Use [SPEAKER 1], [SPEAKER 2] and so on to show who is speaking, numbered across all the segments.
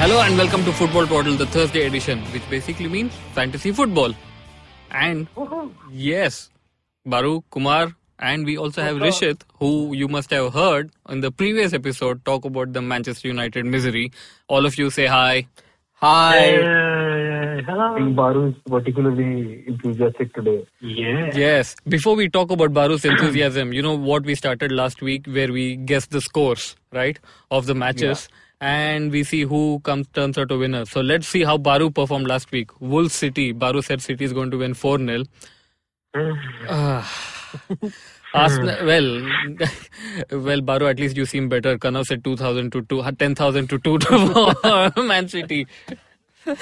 [SPEAKER 1] Hello and welcome to Football Portal, the Thursday edition, which basically means fantasy football. And yes, Baru, Kumar, and we also have Rishit, who you must have heard in the previous episode talk about the Manchester United misery. All of you say hi.
[SPEAKER 2] Hi.
[SPEAKER 3] I think Baru is particularly enthusiastic today.
[SPEAKER 4] Yeah.
[SPEAKER 1] Yes. Before we talk about Baru's enthusiasm, you know what we started last week where we guessed the scores, right, of the matches. And we see who comes turns out a winner. So let's see how Baru performed last week. Wolves City. Baru said City is going to win 4 0. Arsenal, well, well, Baru, at least you seem better. Kanav said 2,000 to 2, 10,000 to 2 to Man City.
[SPEAKER 3] Yeah,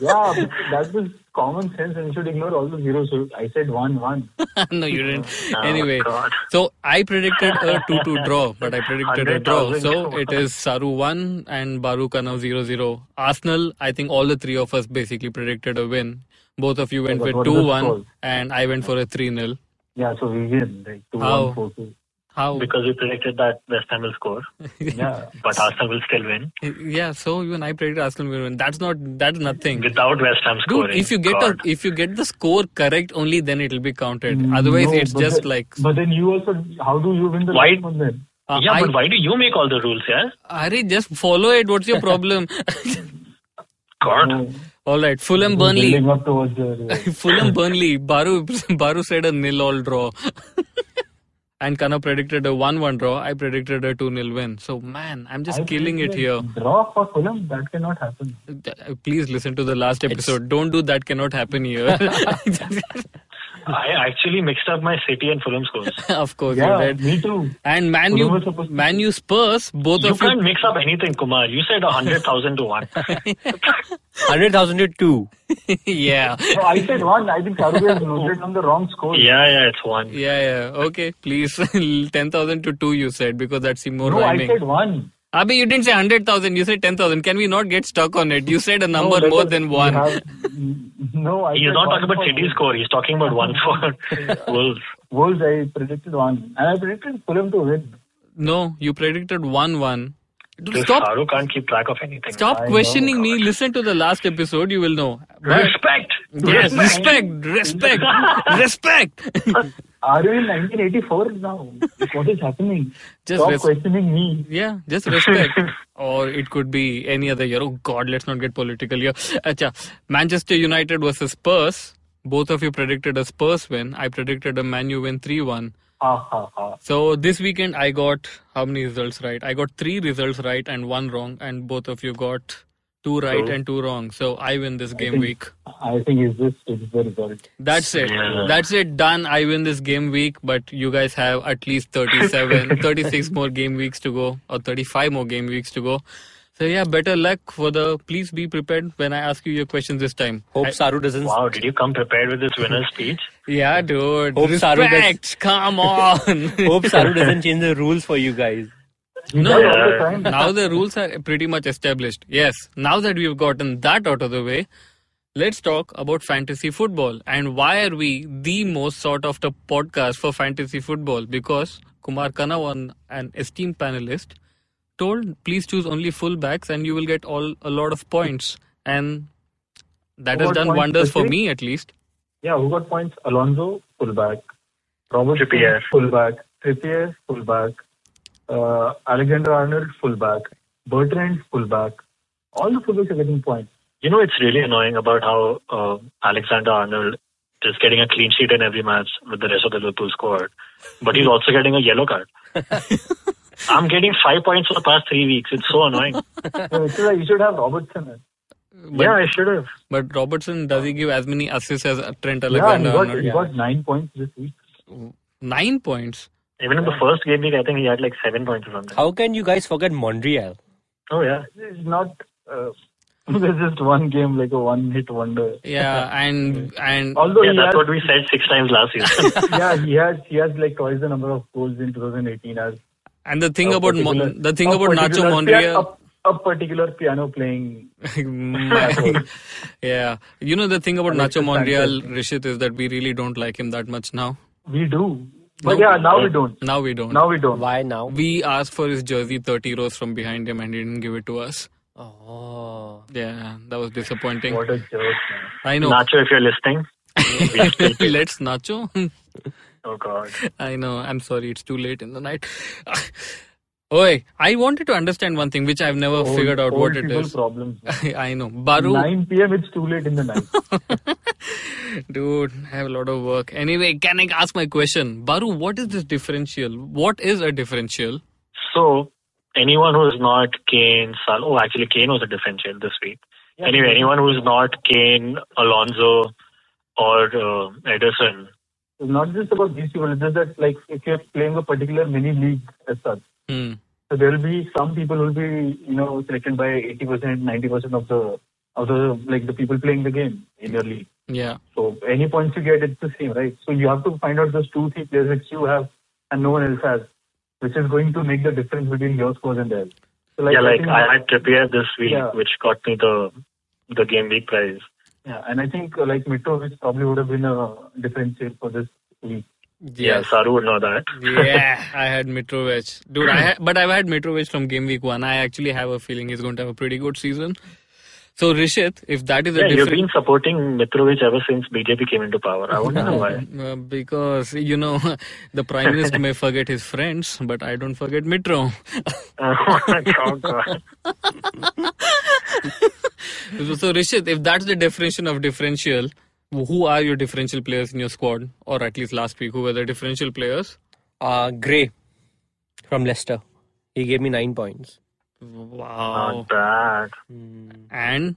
[SPEAKER 3] but that was common sense and you should ignore all the zeros. So I said 1 1.
[SPEAKER 1] no, you didn't.
[SPEAKER 4] Oh,
[SPEAKER 1] anyway,
[SPEAKER 4] God.
[SPEAKER 1] so I predicted a 2 2 draw, but I predicted a draw.
[SPEAKER 4] 100,000.
[SPEAKER 1] So it is Saru 1 and Baru Kanav 0 0. Arsenal, I think all the three of us basically predicted a win. Both of you went
[SPEAKER 3] Yeah, but
[SPEAKER 1] with
[SPEAKER 3] what
[SPEAKER 1] 2
[SPEAKER 3] was the
[SPEAKER 1] 1,
[SPEAKER 3] score?
[SPEAKER 1] and I went for a 3 0.
[SPEAKER 3] Yeah, so we win. Like 2
[SPEAKER 1] How?
[SPEAKER 3] 1 4 2.
[SPEAKER 1] How?
[SPEAKER 4] Oh. Because we predicted that West Ham will score,
[SPEAKER 3] Yeah.
[SPEAKER 4] but Arsenal will still win
[SPEAKER 1] yeah, so even I predicted Arsenal will win. That's not, that's nothing.
[SPEAKER 4] without West Ham
[SPEAKER 1] Dude,
[SPEAKER 4] scoring.
[SPEAKER 1] if you get a,
[SPEAKER 4] God.
[SPEAKER 1] if you get the score correct, only then it'll be counted. Otherwise,
[SPEAKER 3] Mm, No,
[SPEAKER 1] it's
[SPEAKER 3] but
[SPEAKER 1] just
[SPEAKER 3] then-
[SPEAKER 1] like
[SPEAKER 3] But then you also, how do you win the
[SPEAKER 4] Why-
[SPEAKER 3] last one then?
[SPEAKER 1] uh,
[SPEAKER 4] yeah,
[SPEAKER 1] I,
[SPEAKER 4] but why do you make all the rules? Yeah,
[SPEAKER 1] Ari, just follow it. What's your problem?
[SPEAKER 4] God.
[SPEAKER 1] Oh.
[SPEAKER 3] No,
[SPEAKER 1] All right, Fulham
[SPEAKER 3] we're
[SPEAKER 1] Burnley.
[SPEAKER 3] Oh, building up towards the.
[SPEAKER 1] Fulham Burnley. Baru Baru said a nil all draw. and Kana predicted a 1 1 draw. I predicted a 2 0 win. So, man, I'm just
[SPEAKER 3] I
[SPEAKER 1] killing it
[SPEAKER 3] think like
[SPEAKER 1] here.
[SPEAKER 3] Draw for Fulham, that cannot happen.
[SPEAKER 1] Uh, Please listen to the last episode. Don't do that, cannot happen here.
[SPEAKER 4] I actually mixed up my City and Fulham scores.
[SPEAKER 1] of course,
[SPEAKER 3] Yeah,
[SPEAKER 1] you did.
[SPEAKER 3] me too.
[SPEAKER 1] And Man
[SPEAKER 3] Fulham
[SPEAKER 1] U,
[SPEAKER 3] was supposed to-
[SPEAKER 1] Man U Spurs, both
[SPEAKER 4] You
[SPEAKER 1] of you.
[SPEAKER 4] can't mix up anything, Kumar. You said a hundred thousand to one.
[SPEAKER 2] 100,000 to 2.
[SPEAKER 1] yeah.
[SPEAKER 3] No, I said 1. I think Saru has noted on the wrong score.
[SPEAKER 4] Yeah, yeah, it's one.
[SPEAKER 1] Yeah, yeah. Okay, please. 10,000 to 2, you said, because that seemed more
[SPEAKER 3] No, I
[SPEAKER 1] rhyming.
[SPEAKER 3] said 1.
[SPEAKER 1] Abhi, you didn't say 100,000, you said 10,000. Can we not get stuck on it? You said a number
[SPEAKER 3] No,
[SPEAKER 1] more
[SPEAKER 3] because
[SPEAKER 1] than
[SPEAKER 3] we
[SPEAKER 1] one.
[SPEAKER 3] have- no, I
[SPEAKER 4] He's
[SPEAKER 3] said
[SPEAKER 4] not
[SPEAKER 3] one
[SPEAKER 4] talking about
[SPEAKER 3] for
[SPEAKER 4] City
[SPEAKER 3] Wolves.
[SPEAKER 4] score. He's talking about one for Wolves.
[SPEAKER 3] Wolves, I predicted one, and I predicted Fulham to win.
[SPEAKER 1] No, you predicted 1 1.
[SPEAKER 4] This
[SPEAKER 1] Stop,
[SPEAKER 4] Saru can't keep track of anything.
[SPEAKER 1] stop
[SPEAKER 3] I know.
[SPEAKER 1] questioning me. Listen to the last episode, you will know. But,
[SPEAKER 4] Respect.
[SPEAKER 1] yes, respect, respect, respect.
[SPEAKER 3] Are you in 1984 now? what is happening?
[SPEAKER 1] Just
[SPEAKER 3] Stop
[SPEAKER 1] res-
[SPEAKER 3] questioning me.
[SPEAKER 1] yeah, just respect. or it could be any other year. Oh, God, let's not get political here. Acha, Manchester United versus Spurs. Both of you predicted a Spurs win. I predicted a Man U win 3 1.
[SPEAKER 3] Ha ha ha.
[SPEAKER 1] So this weekend I got how many results right? I got three results right and one wrong, and both of you got two right and two wrong. So I win this game week.
[SPEAKER 3] I think is this is the result.
[SPEAKER 1] That's it.
[SPEAKER 4] Yeah.
[SPEAKER 1] That's it. Done. I win this game week, but you guys have at least 37, 36 more game weeks to go, or 35 more game weeks to go. So yeah, better luck for the. Please be prepared when I ask you your questions this time.
[SPEAKER 2] Hope
[SPEAKER 1] I-
[SPEAKER 2] Saru doesn't.
[SPEAKER 4] Wow, did you come prepared with this winner's speech?
[SPEAKER 1] yeah, dude.
[SPEAKER 2] Hope Saru does-
[SPEAKER 1] Respect. Come on.
[SPEAKER 2] Hope Saru doesn't change the rules for you guys.
[SPEAKER 3] You
[SPEAKER 1] No.
[SPEAKER 3] guys all the time.
[SPEAKER 1] now the rules are pretty much established. Yes, now that we've gotten that out of the way, let's talk about fantasy football and why are we the most sought after podcast for fantasy football? Because Kumar Kanawan, an esteemed panelist, told please choose only fullbacks and you will get all a lot of points. And that has
[SPEAKER 3] What
[SPEAKER 1] done
[SPEAKER 3] points
[SPEAKER 1] wonders for
[SPEAKER 3] specific?
[SPEAKER 1] me at least.
[SPEAKER 3] Yeah, who got points? Alonso fullback, Robert
[SPEAKER 4] Trippier.
[SPEAKER 3] fullback, Trippier fullback, uh, Alexander Arnold fullback, Bertrand fullback. All the fullbacks are getting points.
[SPEAKER 4] You know, it's really annoying about how uh, Alexander Arnold is getting a clean sheet in every match with the rest of the Liverpool squad, but he's also getting a yellow card. I'm getting five points for the past three weeks. It's so annoying.
[SPEAKER 3] Uh, So it's like you should have Robertson.
[SPEAKER 1] But,
[SPEAKER 4] yeah, I should have.
[SPEAKER 1] but Robertson does he give as many assists as Trent
[SPEAKER 3] Yeah, he
[SPEAKER 1] Alexander?
[SPEAKER 3] got, he
[SPEAKER 1] Arnold?
[SPEAKER 3] got nine points this week.
[SPEAKER 1] Nine points.
[SPEAKER 4] Even in the first game week, I think he had like seven points or something.
[SPEAKER 2] How can you guys forget Montreal?
[SPEAKER 4] Oh yeah,
[SPEAKER 3] It's not. Uh, there's just one game like a one-hit wonder.
[SPEAKER 1] Yeah, and and
[SPEAKER 3] Although
[SPEAKER 4] yeah,
[SPEAKER 3] he
[SPEAKER 4] that's
[SPEAKER 3] has,
[SPEAKER 4] what we said six times last season.
[SPEAKER 3] yeah, he has he has like twice the number of goals in 2018 as
[SPEAKER 1] And the thing
[SPEAKER 3] a
[SPEAKER 1] about
[SPEAKER 3] particular-
[SPEAKER 1] Mon- the thing
[SPEAKER 3] a
[SPEAKER 1] about Nacho
[SPEAKER 3] particular pia-
[SPEAKER 1] Monreal,
[SPEAKER 3] a, a particular piano playing.
[SPEAKER 1] My- yeah, you know the thing about
[SPEAKER 3] Alex
[SPEAKER 1] Nacho
[SPEAKER 3] is
[SPEAKER 1] Monreal, Rishit, is that we really don't like him that much now.
[SPEAKER 3] We do,
[SPEAKER 1] No,
[SPEAKER 3] but yeah, now we don't.
[SPEAKER 1] Now we don't.
[SPEAKER 3] Now we don't.
[SPEAKER 2] Why now?
[SPEAKER 1] we asked for his jersey 30 rows from behind him, and he didn't give it to us.
[SPEAKER 2] Oh.
[SPEAKER 1] Yeah, that was disappointing.
[SPEAKER 3] What a jerk, man.
[SPEAKER 1] I know.
[SPEAKER 4] Nacho, if you're listening,
[SPEAKER 1] Let's nacho.
[SPEAKER 4] oh god.
[SPEAKER 1] I know. I'm sorry. It's too late in the night. Oi, I wanted to understand one thing which I've never
[SPEAKER 3] Old-
[SPEAKER 1] figured out
[SPEAKER 3] old
[SPEAKER 1] what it
[SPEAKER 3] people
[SPEAKER 1] is.
[SPEAKER 3] Problems. man.
[SPEAKER 1] I know. Baru.
[SPEAKER 3] 9 p.m. It's too late in the night.
[SPEAKER 1] Dude, I have a lot of work. Anyway, can I ask my question? Baru, what is this differential? What is a differential?
[SPEAKER 4] So anyone who is not Kane, Sal, oh, actually Kane was a differential this week. anyway, anyone who is not Kane, Alonso, or uh, Edison,
[SPEAKER 3] It's not just about these people. It's just that like if you're playing a particular mini league as such,
[SPEAKER 1] Hmm.
[SPEAKER 3] so there will be some people who will be you know selected by 80%, 90% of the of the like the people playing the game in your league.
[SPEAKER 1] Yeah.
[SPEAKER 3] So any points you get, it's the same, right? So you have to find out those two, three players which you have and no one else has, which is going to make the difference between your scores and theirs. So
[SPEAKER 4] yeah, like
[SPEAKER 3] think-
[SPEAKER 4] I had Trippier this week,
[SPEAKER 3] Yeah.
[SPEAKER 4] which got me the the game week prize.
[SPEAKER 3] yeah, and I think uh, like Mitrovic probably would have been a differential for this week.
[SPEAKER 4] Yeah, Saru would know that.
[SPEAKER 1] yeah, I had Mitrovic, dude. I ha- but I've had Mitrovic from game week one. I actually have a feeling he's going to have a pretty good season. So Rishit, if that is a
[SPEAKER 4] Yeah, you've
[SPEAKER 1] different,
[SPEAKER 4] been supporting Mitrovic ever since BJP came into power. I wonder why.
[SPEAKER 1] Uh, because you know the prime minister may forget his friends, but I don't forget Mitro.
[SPEAKER 4] oh god.
[SPEAKER 1] so Rishit, if that's the definition of differential, who are your differential players in your squad, or at least last week, who were the differential players?
[SPEAKER 2] Uh, Gray from Leicester. He gave me nine points.
[SPEAKER 1] Wow.
[SPEAKER 4] Not bad.
[SPEAKER 2] Hmm.
[SPEAKER 1] And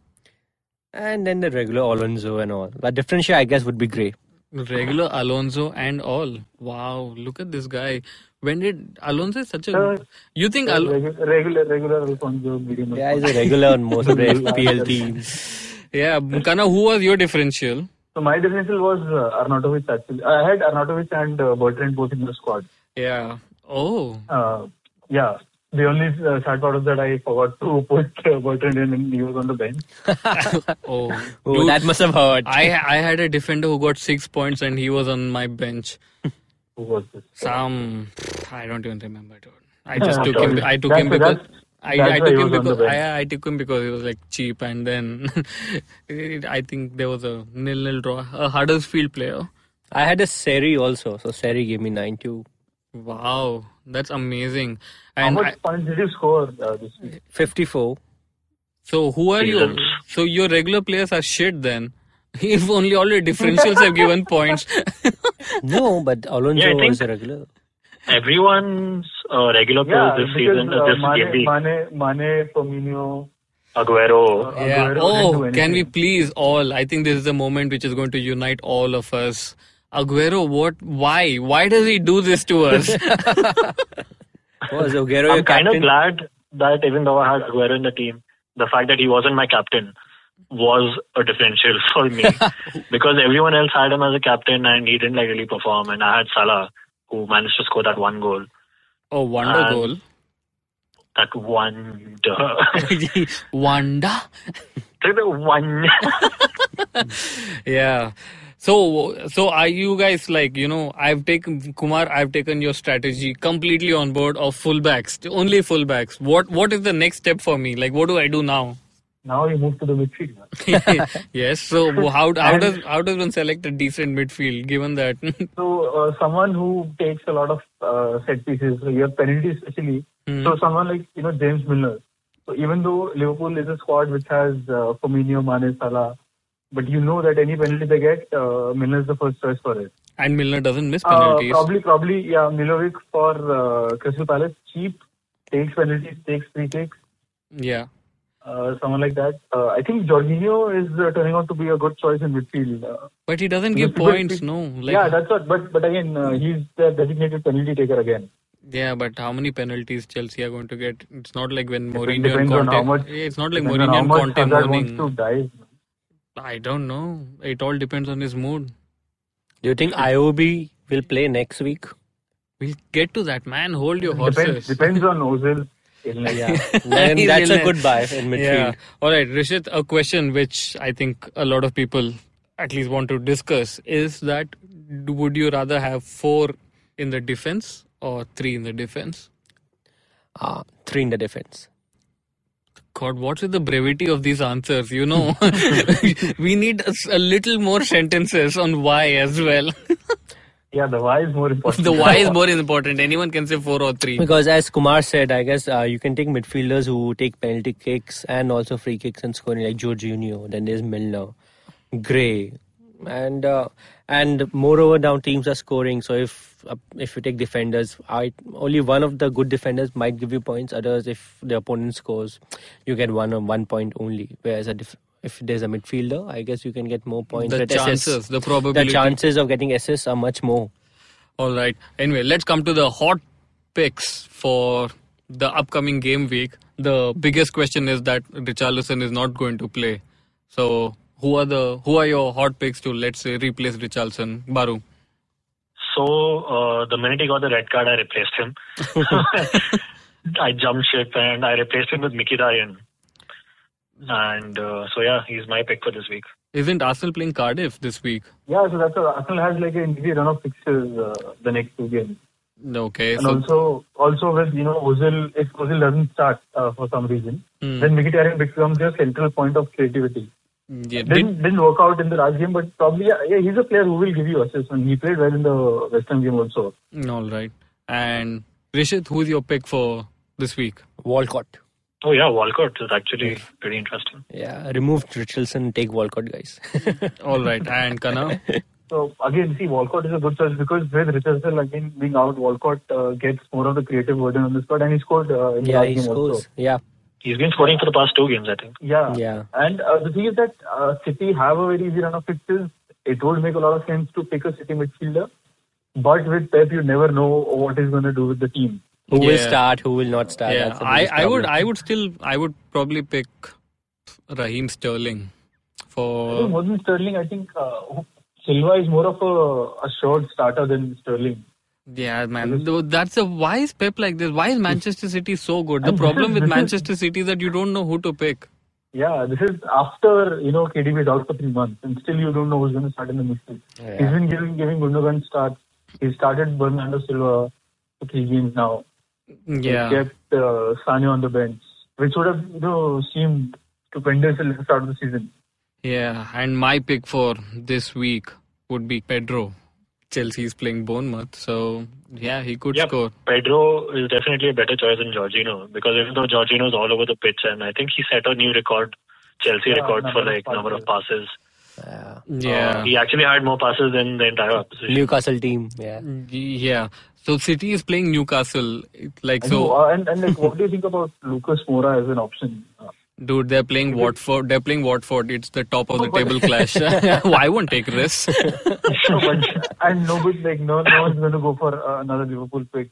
[SPEAKER 2] And then the regular Alonso and all. But differential, I guess, would be Gray.
[SPEAKER 1] regular Alonso and all. Wow, look at this guy. When did Alonso is such a?
[SPEAKER 3] Sir.
[SPEAKER 1] You think Al-
[SPEAKER 3] Regu- regular, regular Alfonso medium.
[SPEAKER 2] Yeah, he's a regular on most of the FPL teams.
[SPEAKER 1] yeah, Kana? Who was your differential?
[SPEAKER 3] So my differential was uh, Arnautovic actually. I had Arnautovic and uh, Bertrand both in the squad.
[SPEAKER 1] Yeah. Oh.
[SPEAKER 3] Uh, yeah. The only uh, sad part was that I forgot to put uh, Bertrand in and he was on the bench.
[SPEAKER 1] Oh.
[SPEAKER 2] Oh,
[SPEAKER 1] Dude,
[SPEAKER 2] that must have hurt.
[SPEAKER 1] I I had a defender who got six points and he was on my bench.
[SPEAKER 3] Who was this?
[SPEAKER 1] Some I don't even remember. Dude. I just took
[SPEAKER 3] sorry.
[SPEAKER 1] him. I took
[SPEAKER 3] That's-
[SPEAKER 1] him because.
[SPEAKER 3] that's-
[SPEAKER 1] I,
[SPEAKER 3] that's
[SPEAKER 1] I
[SPEAKER 3] why
[SPEAKER 1] took
[SPEAKER 3] he
[SPEAKER 1] him
[SPEAKER 3] was on the
[SPEAKER 1] because
[SPEAKER 3] bench.
[SPEAKER 1] I, I took him because he was like cheap, and then it, I think there was a nil-nil draw. A Huddersfield player.
[SPEAKER 2] I had a Seri also. So Seri gave me nine too.
[SPEAKER 1] Wow, that's amazing.
[SPEAKER 3] How
[SPEAKER 1] And
[SPEAKER 3] much
[SPEAKER 1] I,
[SPEAKER 3] points did you score uh, this week?
[SPEAKER 2] 54.
[SPEAKER 1] so, who are you?
[SPEAKER 4] Seasons.
[SPEAKER 1] So, your regular players are shit then. If only all your differentials have given points.
[SPEAKER 2] No, but Alonso
[SPEAKER 4] Yeah, I think-
[SPEAKER 2] was a regular.
[SPEAKER 4] Everyone's uh, regular player
[SPEAKER 3] Yeah,
[SPEAKER 4] this
[SPEAKER 3] because
[SPEAKER 4] season,
[SPEAKER 3] uh,
[SPEAKER 4] this
[SPEAKER 3] Mane,
[SPEAKER 4] game week,
[SPEAKER 3] Mane, Mane, Firmino.
[SPEAKER 4] Aguero.
[SPEAKER 1] yeah.
[SPEAKER 3] Aguero didn't do
[SPEAKER 1] Oh,
[SPEAKER 3] anything.
[SPEAKER 1] can we please all? I think this is the moment which is going to unite all of us. Aguero, what? Why? Why does he do this to us?
[SPEAKER 2] Was Aguero your
[SPEAKER 4] I'm kind of
[SPEAKER 2] captain?
[SPEAKER 4] glad that even though I had Aguero in the team, the fact that he wasn't my captain was a differential for me because everyone else had him as a captain and he didn't like really perform. And I had Salah who managed to score that one goal,
[SPEAKER 1] oh, wonder
[SPEAKER 4] Uh,
[SPEAKER 1] goal.
[SPEAKER 4] that one,
[SPEAKER 1] Wanda?
[SPEAKER 4] the one.
[SPEAKER 1] yeah so so are you guys like you know i've taken kumar i've taken your strategy completely on board of fullbacks only fullbacks what what is the next step for me like what do i do now
[SPEAKER 3] Now he moved to the midfield. man.
[SPEAKER 1] yes so how how
[SPEAKER 3] And-
[SPEAKER 1] does how does one select a decent midfield given that
[SPEAKER 3] So uh, someone who takes a lot of uh, set pieces, so your penalties especially.
[SPEAKER 1] Hmm.
[SPEAKER 3] So someone like you know James Milner. So even though Liverpool is a squad which has uh, Firmino, Mane, Salah, but you know that any penalty they get, uh, Milner is the first choice for it.
[SPEAKER 1] and milner doesn't miss
[SPEAKER 3] Uh,
[SPEAKER 1] penalties
[SPEAKER 3] probably, probably, yeah, Milovic for uh, Crystal Palace, cheap, takes penalties, takes free kicks,
[SPEAKER 1] yeah
[SPEAKER 3] uh, someone like that. Uh, I think Jorginho is uh, turning out to be a good choice in midfield. Uh,
[SPEAKER 1] but he doesn't give
[SPEAKER 3] but-
[SPEAKER 1] points no like
[SPEAKER 3] yeah, that's what. But but again, uh, he's the designated penalty taker again.
[SPEAKER 1] Yeah, but how many penalties Chelsea are going to get? It's not like when
[SPEAKER 3] Depends-
[SPEAKER 1] Mourinho and
[SPEAKER 3] depends on how
[SPEAKER 1] Conte.
[SPEAKER 3] much-
[SPEAKER 1] Yeah, It's not like
[SPEAKER 3] Depends on
[SPEAKER 1] Mourinho
[SPEAKER 3] how
[SPEAKER 1] and
[SPEAKER 3] much
[SPEAKER 1] Conte
[SPEAKER 3] Hazard
[SPEAKER 1] morning.
[SPEAKER 3] wants to dive.
[SPEAKER 1] I don't know. It all depends on his mood.
[SPEAKER 2] Do you think IOB will play next week?
[SPEAKER 1] We'll get to that, man. Hold your
[SPEAKER 3] Depends,
[SPEAKER 1] horses.
[SPEAKER 3] depends on Ozil. illness.
[SPEAKER 2] Yeah. Then
[SPEAKER 1] He's
[SPEAKER 2] that's a
[SPEAKER 1] illness.
[SPEAKER 2] good buy in
[SPEAKER 1] Yeah.
[SPEAKER 2] midfield.
[SPEAKER 1] All right, Rishit, a question which I think a lot of people at least want to discuss is that d- would you rather have four in the defense or three in the defense?
[SPEAKER 2] Ah, three in the defense.
[SPEAKER 1] God, what's with the brevity of these answers? You know, we need a, s- a little more sentences on why as well.
[SPEAKER 3] Yeah, the why is more important.
[SPEAKER 1] the why is more important. Anyone can say four or three.
[SPEAKER 2] Because as Kumar said, I guess uh, you can take midfielders who take penalty kicks and also free kicks and scoring like Jorginho. Then there's Milner, Gray, and uh, and moreover now teams are scoring. So if uh, if you take defenders, I only one of the good defenders might give you points. Others, if the opponent scores, you get one on one point only. Whereas a def- if there's a midfielder, I guess you can get more points.
[SPEAKER 1] The
[SPEAKER 2] but assists-
[SPEAKER 1] chances, the probability.
[SPEAKER 2] the chances of getting assists are much more.
[SPEAKER 1] All right. Anyway, let's come to the hot picks for the upcoming game week. The biggest question is that Richarlison is not going to play. So, who are the who are your hot picks to let's say replace Richarlison? Baru.
[SPEAKER 4] So uh, the minute he got the red card, I replaced him. I jumped ship and I replaced him with Mikitarian. And uh, so yeah, he's my pick for this week.
[SPEAKER 1] Isn't Arsenal playing Cardiff this week?
[SPEAKER 3] Yeah, so that's what Arsenal has like an easy run of fixtures uh, the next two games.
[SPEAKER 1] Okay.
[SPEAKER 3] And
[SPEAKER 1] So,
[SPEAKER 3] also, also with you know Ozil, if Ozil doesn't start uh, for some reason,
[SPEAKER 1] Hmm.
[SPEAKER 3] then Mkhitaryan becomes your central point of creativity.
[SPEAKER 1] yeah, did,
[SPEAKER 3] Didn't didn't work out in the last game, but probably yeah, yeah, he's a player who will give you assists, and he played well in the Western game also.
[SPEAKER 1] all right. And Rishit, who is your pick for this week?
[SPEAKER 2] Walcott.
[SPEAKER 4] Oh yeah, Walcott is actually pretty interesting.
[SPEAKER 2] Yeah, remove Richardson, take Walcott, guys.
[SPEAKER 1] All right. And Kana.
[SPEAKER 3] So again, see, Walcott is a good choice because with Richardson again being out, Walcott uh, gets more of the creative burden on the squad, and he scored uh, in the
[SPEAKER 2] yeah,
[SPEAKER 3] last
[SPEAKER 2] he
[SPEAKER 3] game
[SPEAKER 2] scores.
[SPEAKER 3] also.
[SPEAKER 2] Yeah,
[SPEAKER 4] He's been scoring for the past two games, I think.
[SPEAKER 3] Yeah,
[SPEAKER 2] Yeah.
[SPEAKER 3] And uh, the thing is that uh, City have a very easy run of fixtures. It would make a lot of sense to pick a City midfielder, but with Pep, you never know what he's going to do with the team.
[SPEAKER 2] who will
[SPEAKER 1] Yeah.
[SPEAKER 2] start? Who will not start?
[SPEAKER 1] yeah,
[SPEAKER 2] that's the
[SPEAKER 1] I,
[SPEAKER 2] biggest
[SPEAKER 1] I would
[SPEAKER 2] problem.
[SPEAKER 1] I would still I would probably pick Raheem Sterling
[SPEAKER 3] So
[SPEAKER 1] for
[SPEAKER 3] more than Sterling, I think uh, Silva is more of a assured starter than Sterling.
[SPEAKER 1] yeah man Though that's a why is Pep like this why is Manchester City so good the
[SPEAKER 3] And this
[SPEAKER 1] problem
[SPEAKER 3] is-
[SPEAKER 1] with
[SPEAKER 3] this is-
[SPEAKER 1] Manchester City is that you don't know who to pick
[SPEAKER 3] Yeah, this is after you know KDB is out for three months, and still you don't know who's going to start in the midfield.
[SPEAKER 2] Yeah.
[SPEAKER 3] He's been giving giving Gundogan starts. He started Bernardo Silva for three games now.
[SPEAKER 1] yeah
[SPEAKER 3] He kept uh, Sane on the bench, which would have you know seemed to Penders at the start of the season.
[SPEAKER 1] yeah and my pick for this week would be Pedro Chelsea's playing Bournemouth so yeah he could
[SPEAKER 4] Yeah,
[SPEAKER 1] score
[SPEAKER 4] Pedro is definitely a better choice than Jorginho because even though Jorginho is all over the pitch and I think he set a new record, Chelsea
[SPEAKER 3] Yeah,
[SPEAKER 4] record for
[SPEAKER 3] number of
[SPEAKER 4] like number of passes.
[SPEAKER 2] Yeah.
[SPEAKER 1] yeah
[SPEAKER 4] Uh, he actually had more passes than the entire opposition.
[SPEAKER 2] Newcastle team. Yeah.
[SPEAKER 1] yeah so City is playing Newcastle It- like
[SPEAKER 3] And,
[SPEAKER 1] so
[SPEAKER 3] you- uh, and and like, what do you think about Lucas Moura as an option? Uh,
[SPEAKER 1] Dude, they're playing Watford. They're playing Watford. It's the top of the table clash. Well, I won't take risks.
[SPEAKER 3] no, but, and nobody like no no one's going to go for uh, another Liverpool pick.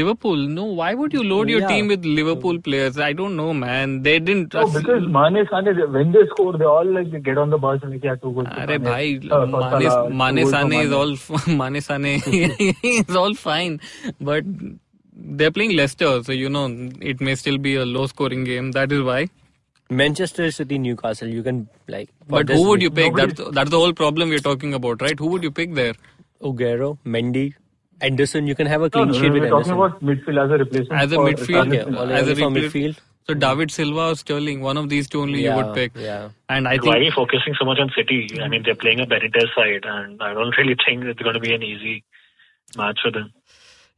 [SPEAKER 1] Liverpool, no. Why would you load your
[SPEAKER 2] Yeah.
[SPEAKER 1] team with Liverpool players? I don't know, man. They didn't.
[SPEAKER 3] No, Oh, because Mane, Sane, when they score, they all like they get on the bus and like, yeah, two goals. to
[SPEAKER 1] Arre
[SPEAKER 3] Mane.
[SPEAKER 1] bhai,
[SPEAKER 3] Uh, for Salah,
[SPEAKER 1] Mane,
[SPEAKER 3] two
[SPEAKER 1] Mane
[SPEAKER 3] goals to
[SPEAKER 1] Sane is
[SPEAKER 3] Mane.
[SPEAKER 1] all f- Mane Sane is all fine, but they're playing Leicester, so you know it may still be a low-scoring game. That is why.
[SPEAKER 2] Manchester City, Newcastle. You can like. for
[SPEAKER 1] But
[SPEAKER 2] this
[SPEAKER 1] who would you pick?
[SPEAKER 2] week,
[SPEAKER 1] That's that's the whole problem we're talking about, right? Who would you pick there?
[SPEAKER 2] Ogero, Mendy, Anderson. You can have a
[SPEAKER 3] No,
[SPEAKER 2] clean
[SPEAKER 3] no,
[SPEAKER 2] sheet
[SPEAKER 3] we're
[SPEAKER 2] with
[SPEAKER 3] talking
[SPEAKER 2] Anderson.
[SPEAKER 3] about midfield as a replacement.
[SPEAKER 1] as a
[SPEAKER 3] for
[SPEAKER 1] midfield,
[SPEAKER 2] Okay,
[SPEAKER 3] Richarlison.
[SPEAKER 2] only-
[SPEAKER 1] as a
[SPEAKER 2] only for
[SPEAKER 1] repla-
[SPEAKER 2] midfield.
[SPEAKER 1] So David Silva or Sterling, one of these two only you would
[SPEAKER 2] Yeah,
[SPEAKER 1] pick.
[SPEAKER 2] yeah.
[SPEAKER 1] And I
[SPEAKER 4] Why are
[SPEAKER 1] think
[SPEAKER 4] you focusing so much on City? I mean, they're playing a Benitez side, and I don't really think it's going to be an easy match for them.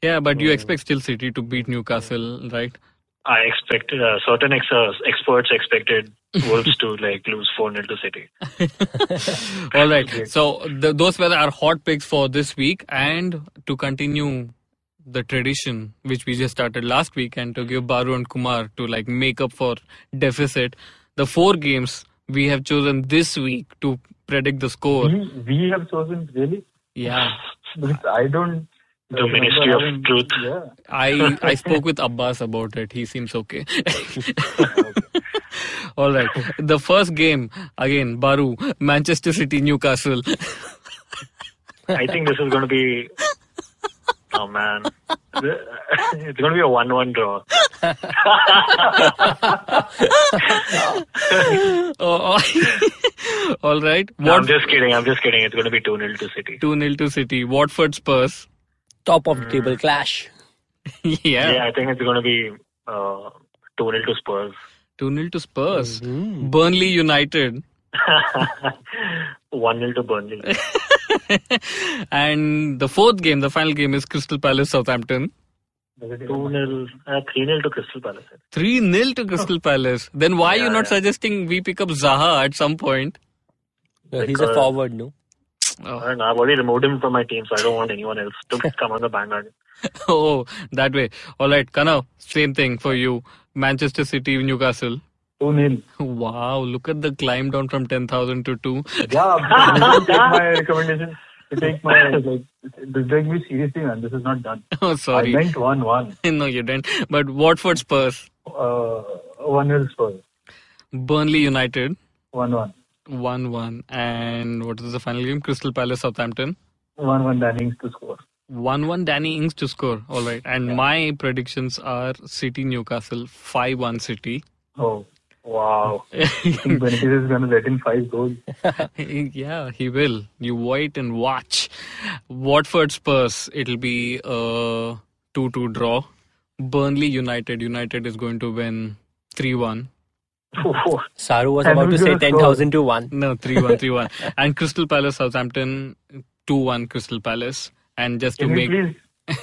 [SPEAKER 1] yeah, but you expect still City to beat Newcastle, right?
[SPEAKER 4] I expected uh, certain ex- uh, experts expected Wolves to like lose four 0 to City.
[SPEAKER 1] All right. So th- those were our hot picks for this week, and to continue the tradition which we just started last week, and to give Baru and Kumar to like make up for deficit, the four games we have chosen this week to predict the score.
[SPEAKER 3] We, we have chosen really
[SPEAKER 1] Yeah.
[SPEAKER 3] because I don't.
[SPEAKER 4] The
[SPEAKER 3] remember
[SPEAKER 4] Ministry of
[SPEAKER 3] having-
[SPEAKER 4] Truth.
[SPEAKER 3] Yeah.
[SPEAKER 1] I I spoke with Abbas about it. He seems okay. All right. The first game again, Baru, Manchester City, Newcastle.
[SPEAKER 4] I think this is going to be. Oh man, it's going to be a one-one draw.
[SPEAKER 1] Oh, oh. All right.
[SPEAKER 4] No, I'm
[SPEAKER 1] What
[SPEAKER 4] just kidding. I'm just kidding. It's going to be two 0 to City.
[SPEAKER 1] two 0 to City? Watford Spurs.
[SPEAKER 2] Top of the table clash.
[SPEAKER 1] yeah.
[SPEAKER 4] Yeah, I think it's going to be uh, two 0 to Spurs.
[SPEAKER 1] 2 0 to Spurs.
[SPEAKER 2] Mm-hmm.
[SPEAKER 1] Burnley United.
[SPEAKER 4] One 0 to Burnley.
[SPEAKER 1] and the fourth game, the final game, is Crystal Palace Southampton.
[SPEAKER 4] Two 0 uh, three 0 to Crystal Palace.
[SPEAKER 1] 3 0 to Crystal Palace. Then why are you
[SPEAKER 4] Oh. Yeah,
[SPEAKER 1] not
[SPEAKER 4] yeah.
[SPEAKER 1] suggesting we pick up Zaha at some point?
[SPEAKER 2] Yeah, he's a
[SPEAKER 3] uh,
[SPEAKER 4] Because-
[SPEAKER 2] forward, no?
[SPEAKER 4] I
[SPEAKER 1] Oh,
[SPEAKER 4] don't know, I've already removed him from my team, so I don't want anyone else to come on the bandwagon.
[SPEAKER 1] oh, that way. All right, Kana, same thing for you. Manchester City, Newcastle.
[SPEAKER 3] Two nil.
[SPEAKER 1] Wow, look at the climb down from 10,000 to 2.
[SPEAKER 3] Yeah, you don't take my recommendation. You take my like. This take me seriously, man. This is not done.
[SPEAKER 1] Oh,
[SPEAKER 3] I
[SPEAKER 1] sorry.
[SPEAKER 3] meant one one.
[SPEAKER 1] no, you didn't. But Watford Spurs,
[SPEAKER 3] Uh, one nil Spurs.
[SPEAKER 1] Burnley United,
[SPEAKER 3] One one.
[SPEAKER 1] 1 1. And what is the final game? Crystal Palace, Southampton.
[SPEAKER 3] One one. Dannings to score.
[SPEAKER 1] 1 1 Danny Ings to score. All right. And my predictions are City Newcastle 5 1 City.
[SPEAKER 3] Oh wow! I think
[SPEAKER 1] yeah,
[SPEAKER 3] Benitez is gonna let in five goals.
[SPEAKER 1] he will. You wait and watch. Watford Spurs, it'll be a 2 2 draw. Burnley United, United is going to win 3 1.
[SPEAKER 2] Saru was
[SPEAKER 3] And
[SPEAKER 2] about to
[SPEAKER 3] who's
[SPEAKER 2] say
[SPEAKER 3] gonna score?
[SPEAKER 2] 10,000 to 1.
[SPEAKER 1] No, 3 1, 3 1. And Crystal Palace, Southampton 2 1, Crystal Palace. And just to
[SPEAKER 3] Can we
[SPEAKER 1] make.
[SPEAKER 3] please?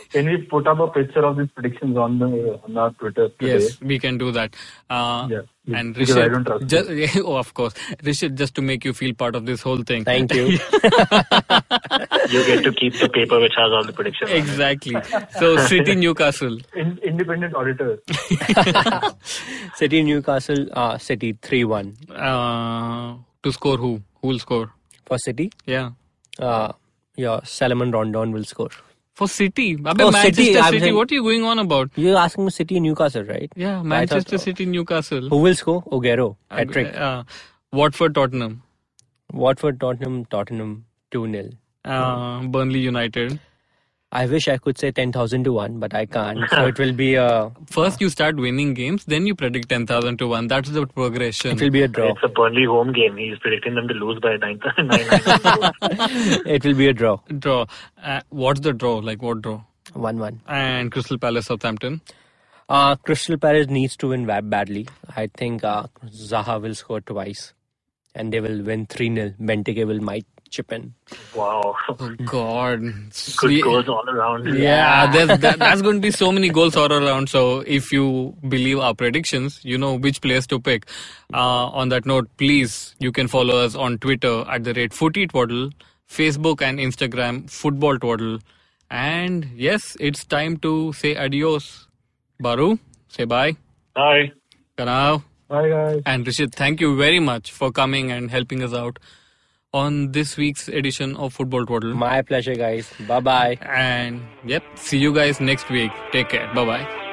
[SPEAKER 3] Can we put up a picture of these predictions on the on our Twitter today?
[SPEAKER 1] Yes, we can do that. Uh,
[SPEAKER 3] Yeah, yeah,
[SPEAKER 1] and
[SPEAKER 3] because I don't
[SPEAKER 1] Rishabh,
[SPEAKER 3] trust
[SPEAKER 1] ju- oh, of course, Rishabh, just to make you feel part of this whole thing.
[SPEAKER 2] Thank you.
[SPEAKER 4] You get to keep the paper which has all the predictions. on it.
[SPEAKER 1] exactly. So, City Newcastle.
[SPEAKER 3] In, independent auditors.
[SPEAKER 2] City Newcastle, uh, City 3 1.
[SPEAKER 1] Uh, to score who? Who will score?
[SPEAKER 2] For City,
[SPEAKER 1] Yeah.
[SPEAKER 2] uh, yeah, Salomon Rondon will score.
[SPEAKER 1] For City. Abbe,
[SPEAKER 2] Oh,
[SPEAKER 1] Manchester
[SPEAKER 2] City,
[SPEAKER 1] City,
[SPEAKER 2] I'm saying-
[SPEAKER 1] what are you going on about?
[SPEAKER 2] You're asking me City Newcastle, right?
[SPEAKER 1] Yeah,
[SPEAKER 2] thought
[SPEAKER 1] Manchester
[SPEAKER 2] so.
[SPEAKER 1] City, Newcastle.
[SPEAKER 2] Who will score? Ogero. Hat trick.
[SPEAKER 1] Uh, Watford, Tottenham.
[SPEAKER 2] Watford, Tottenham, Tottenham 2 0.
[SPEAKER 1] Uh, Burnley United.
[SPEAKER 2] I wish I could say 10,000 to 1, but I can't. So it will be a,
[SPEAKER 1] First, you start winning games, then you predict 10,000 to 1. That's the progression.
[SPEAKER 2] it will be a draw.
[SPEAKER 4] It's a Burnley home game. He's predicting them to lose by nine nine. nine goals.
[SPEAKER 2] It will be a draw.
[SPEAKER 1] draw. Uh, what's the draw? Like, what draw?
[SPEAKER 2] 1 1.
[SPEAKER 1] And Crystal Palace, Southampton.
[SPEAKER 2] Uh, Crystal Palace needs to win ba- badly. I think uh, Zaha will score twice and they will win 3 0. Benteke will might chip in.
[SPEAKER 4] Wow,
[SPEAKER 1] Oh, God.
[SPEAKER 4] good
[SPEAKER 1] Yeah.
[SPEAKER 4] goals all around.
[SPEAKER 1] Yeah, there's, that, that's going to be so many goals all around. So if you believe our predictions, you know which players to pick. Uh, on that note, please, you can follow us on Twitter at the rate Footy Twaddle, Facebook and Instagram Football Twaddle. And yes, it's time to say adios. Baru, say bye.
[SPEAKER 4] Bye.
[SPEAKER 1] Kanav
[SPEAKER 3] Bye guys.
[SPEAKER 1] and Rishit, thank you very much for coming and helping us out on this week's edition of Football Twaddle.
[SPEAKER 2] My pleasure, guys. Bye bye.
[SPEAKER 1] And yep, see you guys next week. Take care. Bye bye.